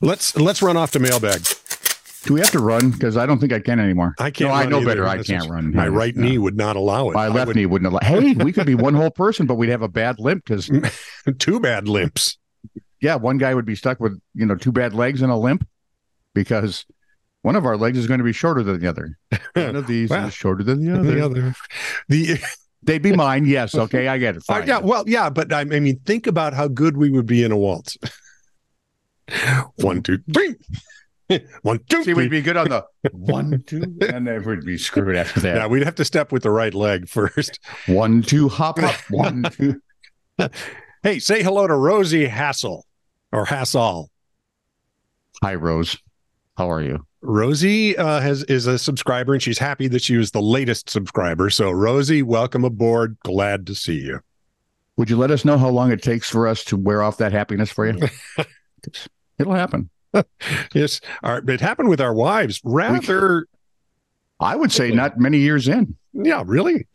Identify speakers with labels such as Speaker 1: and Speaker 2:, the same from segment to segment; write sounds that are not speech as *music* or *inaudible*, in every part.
Speaker 1: Let's let's run off to mailbag.
Speaker 2: Do we have to run? Because I don't think I can anymore.
Speaker 1: I can't
Speaker 2: No, I
Speaker 1: run
Speaker 2: know
Speaker 1: either.
Speaker 2: better. I
Speaker 1: This
Speaker 2: can't
Speaker 1: is-
Speaker 2: run.
Speaker 1: My
Speaker 2: Yeah,
Speaker 1: right
Speaker 2: no.
Speaker 1: knee would not allow it.
Speaker 2: My
Speaker 1: I
Speaker 2: left
Speaker 1: would-
Speaker 2: knee wouldn't allow. Hey, we could be one whole person, but we'd have a bad limp because
Speaker 1: *laughs* Two bad
Speaker 2: *laughs*
Speaker 1: limps.
Speaker 2: yeah, one guy would be stuck with you know two bad legs and a limp because one of our legs is going to be shorter than the
Speaker 1: *laughs*
Speaker 2: other. One of these
Speaker 1: Wow.
Speaker 2: is shorter than the
Speaker 1: The
Speaker 2: other.
Speaker 1: other. The
Speaker 2: They'd be mine. Yes. Okay, I get it.
Speaker 1: Oh,
Speaker 2: Fine.
Speaker 1: yeah, well, yeah, but I mean, think about how good we would be in a waltz. One, two, three. *laughs* One, two,
Speaker 2: See,
Speaker 1: three.
Speaker 2: we'd be
Speaker 1: *laughs*
Speaker 2: good on the one, two, and then we'd be screwed after
Speaker 1: yeah,
Speaker 2: that.
Speaker 1: we'd have to step with the right leg *laughs* first.
Speaker 2: One, two, hop up. One,
Speaker 1: *laughs*
Speaker 2: two.
Speaker 1: Hey, say hello to Rosie Hassel or Hassall.
Speaker 2: Hi, Rose. How are you?
Speaker 1: Rosie uh, has is a subscriber, and she's happy that she was the latest subscriber. So, Rosie, welcome aboard. Glad to see you.
Speaker 2: Would you let us know how long it takes for us to wear off that happiness
Speaker 1: *laughs*
Speaker 2: for you? It'll happen.
Speaker 1: Yes, our, it happened with our wives. Rather,
Speaker 2: I would say not many years in.
Speaker 1: yeah, really.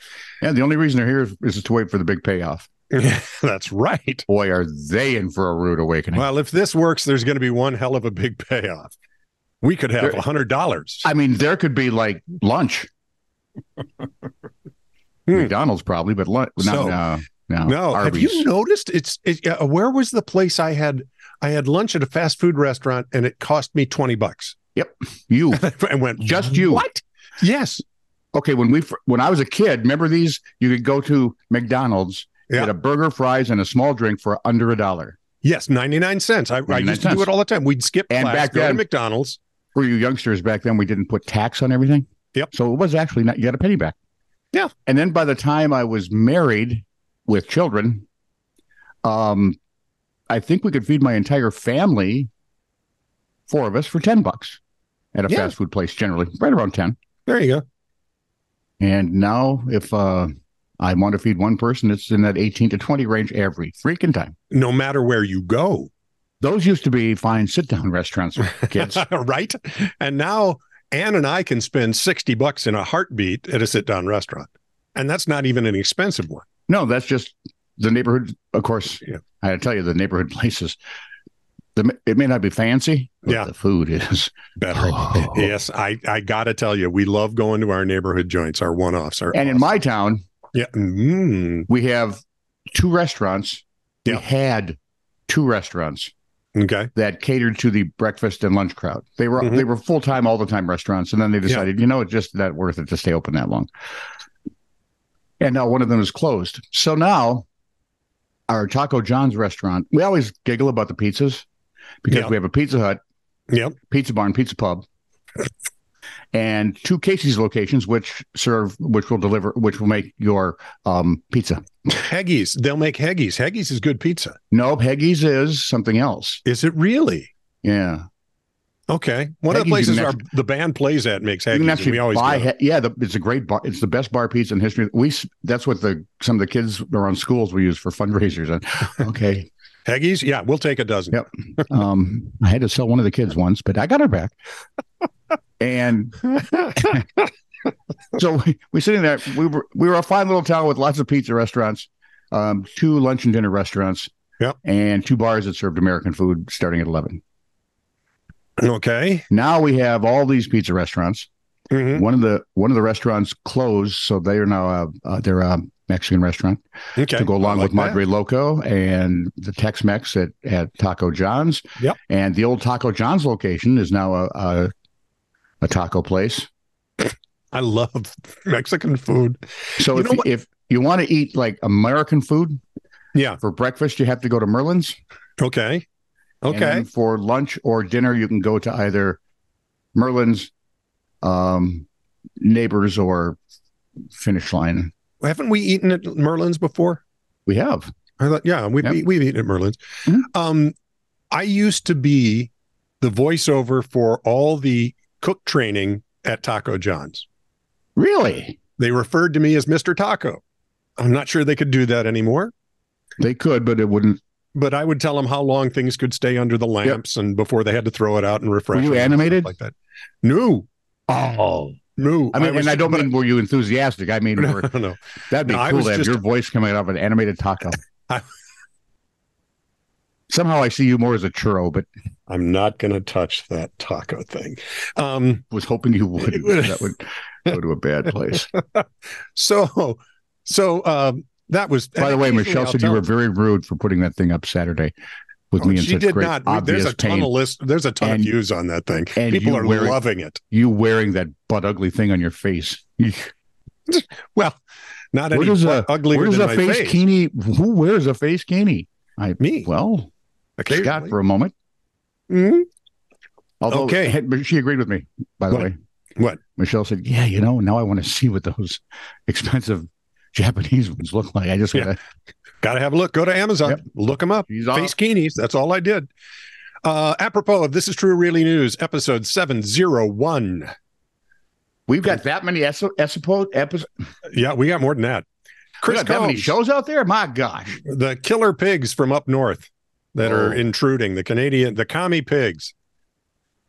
Speaker 2: And the only reason they're here is, is to wait for the big payoff.
Speaker 1: *laughs* That's right.
Speaker 2: Boy, are they in for a rude awakening.
Speaker 1: Well, if this works, there's going to be one hell of a big payoff. We could have
Speaker 2: There-
Speaker 1: a hundred dollars.
Speaker 2: I mean, there could be like
Speaker 1: *laughs*
Speaker 2: lunch. McDonald's probably, but lunch. No,
Speaker 1: Hmm. So-
Speaker 2: no, no.
Speaker 1: No, have
Speaker 2: Arby's.
Speaker 1: you noticed? It's it, uh, where was the place I had I had lunch at a fast food restaurant and it cost me twenty bucks. *laughs*
Speaker 2: you
Speaker 1: and went
Speaker 2: Just you.
Speaker 1: What? Yes,
Speaker 2: okay when we fir- when i was a kid remember these you could go to mcdonald's
Speaker 1: Yeah.
Speaker 2: get a burger fries and a small drink for under a dollar
Speaker 1: yes, ninety nine cents. I, I
Speaker 2: 99
Speaker 1: used to do
Speaker 2: cents.
Speaker 1: it all the time. We'd skip
Speaker 2: And
Speaker 1: class,
Speaker 2: back
Speaker 1: go to
Speaker 2: then-
Speaker 1: McDonald's.
Speaker 2: for you youngsters back then we didn't put tax on everything
Speaker 1: Yep.
Speaker 2: so it was actually not you got a penny back
Speaker 1: Yeah.
Speaker 2: and then by the time i was married with children um i think we could feed my entire family four of us for 10 bucks at a
Speaker 1: Yeah.
Speaker 2: fast food place generally right around 10
Speaker 1: There you go.
Speaker 2: And now, if uh, I want to feed one person, it's in that 18 to 20 range every freaking time.
Speaker 1: No matter where you go,
Speaker 2: Those used to be fine sit down *laughs* restaurants for kids.
Speaker 1: *laughs* right? And now Ann and I can spend sixty bucks in a heartbeat at a sit down restaurant, and that's not even an expensive one.
Speaker 2: no, that's just the neighborhood. Of course,
Speaker 1: Yeah.
Speaker 2: I gotta tell you, the neighborhood *laughs* places, the, it may not be fancy, but
Speaker 1: Yeah.
Speaker 2: the food is.
Speaker 1: better.
Speaker 2: Oh.
Speaker 1: Yes, I I gotta tell you, we love going to our neighborhood joints, our one offs, our
Speaker 2: And in my town,
Speaker 1: yeah, mm,
Speaker 2: we have two restaurants.
Speaker 1: Yeah.
Speaker 2: We had two restaurants
Speaker 1: okay,
Speaker 2: that catered to the breakfast and lunch crowd. They were
Speaker 1: Mhm.
Speaker 2: they were full time all the time restaurants, and then they decided, you know, it's just not worth it to stay open that long. And now one of them is closed. So now our Taco John's restaurant, we always giggle about the pizzas because
Speaker 1: Yeah.
Speaker 2: we have a Pizza Hut,
Speaker 1: yep,
Speaker 2: Pizza Barn, Pizza Pub, and two Casey's locations, which serve, which will deliver, which will make your um, pizza.
Speaker 1: Heggies. They'll make Heggies. Heggies is good pizza.
Speaker 2: No, Peggy's is something else.
Speaker 1: Is it really?
Speaker 2: Yeah.
Speaker 1: Okay, one of the
Speaker 2: Heggies, you
Speaker 1: places
Speaker 2: can
Speaker 1: our the band plays at makes
Speaker 2: You
Speaker 1: Heggies.
Speaker 2: can
Speaker 1: and we
Speaker 2: actually
Speaker 1: always
Speaker 2: buy.
Speaker 1: go.
Speaker 2: he- yeah, the, it's a great bar. It's the best bar pizza in history. We s- that's what the some of the kids around schools we use for fundraisers.
Speaker 1: *laughs*
Speaker 2: And okay,
Speaker 1: Heggies. Yeah, we'll take a dozen.
Speaker 2: Yep. um, I had to sell one of the kids once, but I got her back. And *laughs* so we, we sitting there. We were we were a fine little town with lots of pizza restaurants, um, two lunch and dinner restaurants,
Speaker 1: Yep.
Speaker 2: and two bars that served American food starting at eleven.
Speaker 1: Okay.
Speaker 2: Now we have all these pizza restaurants.
Speaker 1: Mhm.
Speaker 2: One of the one of the restaurants closed, so they are now a, uh, they're a Mexican restaurant.
Speaker 1: Okay.
Speaker 2: to go along
Speaker 1: I like
Speaker 2: with Madre Loco and the Tex Mex at, at Taco John's.
Speaker 1: Yep.
Speaker 2: And the old Taco John's location is now a, a, a taco place.
Speaker 1: that. I love *laughs* Mexican food.
Speaker 2: So
Speaker 1: You
Speaker 2: if,
Speaker 1: know what-
Speaker 2: if you want to eat like American food
Speaker 1: Yeah.
Speaker 2: for breakfast, you have to go to Merlin's.
Speaker 1: Okay.
Speaker 2: And
Speaker 1: Okay.
Speaker 2: then for lunch or dinner, you can go to either Merlin's, um, Neighbors, or Finish Line.
Speaker 1: Haven't we eaten at Merlin's before?
Speaker 2: We have.
Speaker 1: I thought, yeah, we've,
Speaker 2: Yep.
Speaker 1: we've eaten at Merlin's.
Speaker 2: Mhm.
Speaker 1: Um, I used to be the voiceover for all the cook training at Taco John's.
Speaker 2: Really?
Speaker 1: They referred to me as Mr. Taco. I'm not sure they could do that anymore,
Speaker 2: They could, but it wouldn't.
Speaker 1: but I would tell them how long things could stay under the lamps and before they had to throw it out and refresh.
Speaker 2: you
Speaker 1: it and stuff
Speaker 2: animated?
Speaker 1: like that? No,
Speaker 2: Oh,
Speaker 1: no.
Speaker 2: I mean,
Speaker 1: was- *laughs*
Speaker 2: and I don't
Speaker 1: but-
Speaker 2: mean were you enthusiastic? I mean,
Speaker 1: *laughs*
Speaker 2: were,
Speaker 1: no, no, no.
Speaker 2: That'd be
Speaker 1: No, I
Speaker 2: cool
Speaker 1: was
Speaker 2: to have
Speaker 1: just-
Speaker 2: your voice coming out of an animated taco.
Speaker 1: *laughs* I-
Speaker 2: Somehow I see you more as a churro, but
Speaker 1: I'm not going to touch that taco thing. Um,
Speaker 2: Was hoping you would.
Speaker 1: *laughs*
Speaker 2: that would go to a bad place.
Speaker 1: so, so um, that was.
Speaker 2: By the way,
Speaker 1: occasionally
Speaker 2: Michelle
Speaker 1: I'll
Speaker 2: said you
Speaker 1: tell-
Speaker 2: were very rude for putting that thing up Saturday
Speaker 1: Oh,
Speaker 2: with me in
Speaker 1: she
Speaker 2: such
Speaker 1: did
Speaker 2: great
Speaker 1: not. We-
Speaker 2: obvious
Speaker 1: There's a ton
Speaker 2: pain.
Speaker 1: of list. There's a ton
Speaker 2: And-
Speaker 1: of views on that thing.
Speaker 2: and
Speaker 1: People
Speaker 2: you
Speaker 1: are
Speaker 2: wearing-
Speaker 1: loving it.
Speaker 2: You wearing that butt ugly thing on your face.
Speaker 1: Well, not
Speaker 2: Where
Speaker 1: any
Speaker 2: does
Speaker 1: butt
Speaker 2: a-
Speaker 1: uglier
Speaker 2: Where's
Speaker 1: than my
Speaker 2: a face,
Speaker 1: face.
Speaker 2: keenie? Who wears a face keenie? I
Speaker 1: Me.
Speaker 2: well, Scott
Speaker 1: occasionally.
Speaker 2: for a moment.
Speaker 1: Mhm.
Speaker 2: Although
Speaker 1: Okay.
Speaker 2: had- but she agreed with me, by the
Speaker 1: What?
Speaker 2: way.
Speaker 1: What?
Speaker 2: Michelle said, Yeah, you know, now I want to see what those expensive Japanese ones look like. I just
Speaker 1: Yeah.
Speaker 2: want to
Speaker 1: Gotta have a look. Go to Amazon.
Speaker 2: Yep.
Speaker 1: Look them up.
Speaker 2: she's
Speaker 1: Face keenies. That's all I did. Uh, apropos of This Is True Really News, episode 701.
Speaker 2: We've got that many es- episodes. Episodes.
Speaker 1: Yeah, we got more than that.
Speaker 2: We
Speaker 1: Chris
Speaker 2: got that many
Speaker 1: Combs,
Speaker 2: shows out there. My gosh.
Speaker 1: the killer pigs from up north that are
Speaker 2: Oh.
Speaker 1: intruding, the Canadian, the commie pigs,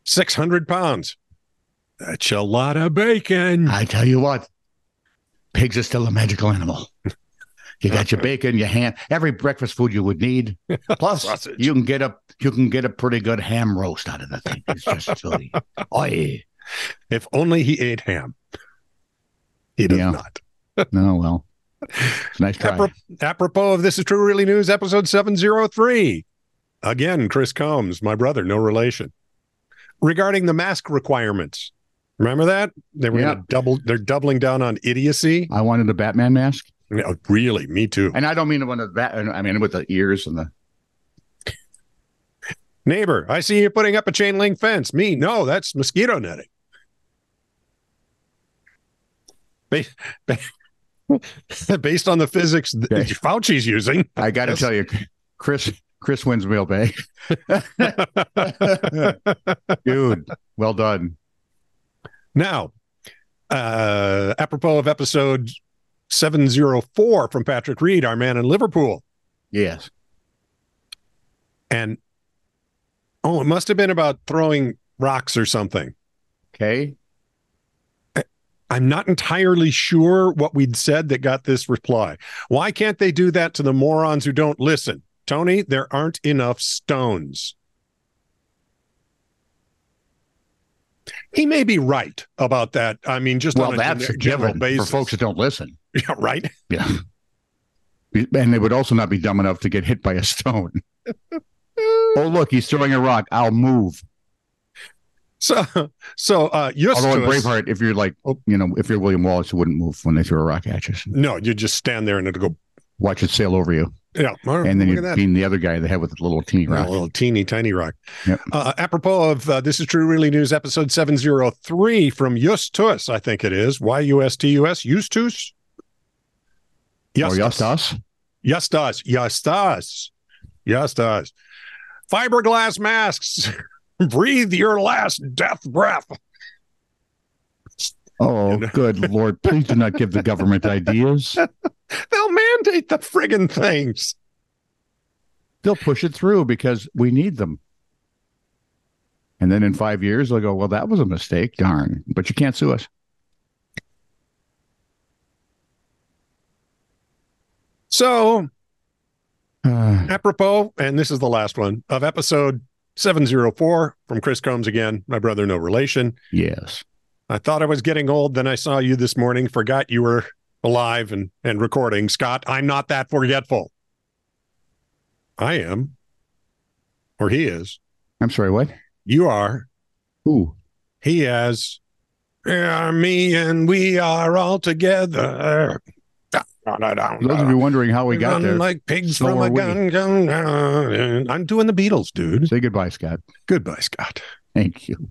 Speaker 1: 600 pounds. That's a lot of bacon.
Speaker 2: I tell you what, pigs are still a magical animal. You got your bacon, your ham, every breakfast food you
Speaker 1: *laughs*
Speaker 2: would need. Plus,
Speaker 1: Sausage.
Speaker 2: you can get a you can get a pretty good ham roast out of the thing. It's
Speaker 1: *laughs*
Speaker 2: just really, oy.
Speaker 1: If only he ate ham. He does
Speaker 2: Yeah.
Speaker 1: not.
Speaker 2: No, well, it's a nice try.
Speaker 1: Apro- apropos of This Is True Really News, episode 703. Again, Chris Combs, my brother, no relation. Regarding the mask requirements. Remember that? They were
Speaker 2: Yeah.
Speaker 1: gonna double they're doubling down on idiocy.
Speaker 2: I wanted a Batman mask,
Speaker 1: No, really, me too.
Speaker 2: and I don't mean one of that. I mean with the ears and the.
Speaker 1: Neighbor, I see you're putting up a chain link fence. Me, no, that's mosquito netting. Ba- ba- *laughs* Based on the physics that
Speaker 2: Okay.
Speaker 1: Fauci's using, *laughs*
Speaker 2: I got to
Speaker 1: Yes.
Speaker 2: tell you, Chris. Chris
Speaker 1: *laughs*
Speaker 2: wins mailbag, dude. Well done.
Speaker 1: Now, uh, apropos of episode 704 from Patrick Reed, our man in Liverpool,
Speaker 2: Yes.
Speaker 1: and oh, it must have been about throwing rocks or something.
Speaker 2: Okay.
Speaker 1: I'm not entirely sure what we'd said that got this reply. Why can't they do that to the morons who don't listen? Tony, there aren't enough stones. He may be right about that. I mean, just
Speaker 2: Well,
Speaker 1: on a
Speaker 2: that's a
Speaker 1: gener- general
Speaker 2: given for
Speaker 1: basis.
Speaker 2: folks that don't listen.
Speaker 1: *laughs* yeah, right?
Speaker 2: Yeah. And they would also not be dumb enough to get hit by a stone. *laughs* oh, look, he's throwing a rock. I'll move.
Speaker 1: So, so uh, yes,
Speaker 2: Although in
Speaker 1: to us- Oh.
Speaker 2: Braveheart, if you're like, you know, if you're William Wallace, you wouldn't move when they threw a rock at you.
Speaker 1: no, you just stand there and it'll go.
Speaker 2: Watch it sail over you.
Speaker 1: Yeah,
Speaker 2: And
Speaker 1: look
Speaker 2: then you
Speaker 1: at that.
Speaker 2: beam the other guy in the head with a little teeny
Speaker 1: A
Speaker 2: rock.
Speaker 1: little teeny tiny rock.
Speaker 2: Yep.
Speaker 1: Uh, apropos of uh, this is true, really news episode seven zero three from Justus, I think it is Y U S T U S Justus.
Speaker 2: Oh, Or just
Speaker 1: *laughs*
Speaker 2: Oh, us.
Speaker 1: Justus, Justus, Justus. Fiberglass masks. *laughs* Breathe your last death breath.
Speaker 2: Oh,
Speaker 1: You know?
Speaker 2: good Lord. Please do not give
Speaker 1: *laughs*
Speaker 2: the government ideas.
Speaker 1: They'll mandate the friggin' things.
Speaker 2: They'll push it through because we need them. And then in five years, they'll go, well, that was a mistake. Darn. But you can't sue us.
Speaker 1: So,
Speaker 2: Uh,
Speaker 1: apropos, and this is the last one of episode 704 from Chris Combs again, my brother, no relation.
Speaker 2: yes.
Speaker 1: I thought I was getting old. Then I saw you this morning, forgot you were alive and, and recording. Scott, I'm not that forgetful. I am, or he is.
Speaker 2: I'm sorry, what?
Speaker 1: You are.
Speaker 2: Ooh.
Speaker 1: He has. We are me and we are all together. Da, da, da, da,
Speaker 2: For those of
Speaker 1: da.
Speaker 2: you wondering how we
Speaker 1: We
Speaker 2: got
Speaker 1: run
Speaker 2: there,
Speaker 1: like pigs
Speaker 2: so
Speaker 1: from a
Speaker 2: are we.
Speaker 1: gun, gun, gun. I'm doing the Beatles, dude.
Speaker 2: say goodbye, Scott.
Speaker 1: Goodbye, Scott.
Speaker 2: Thank you.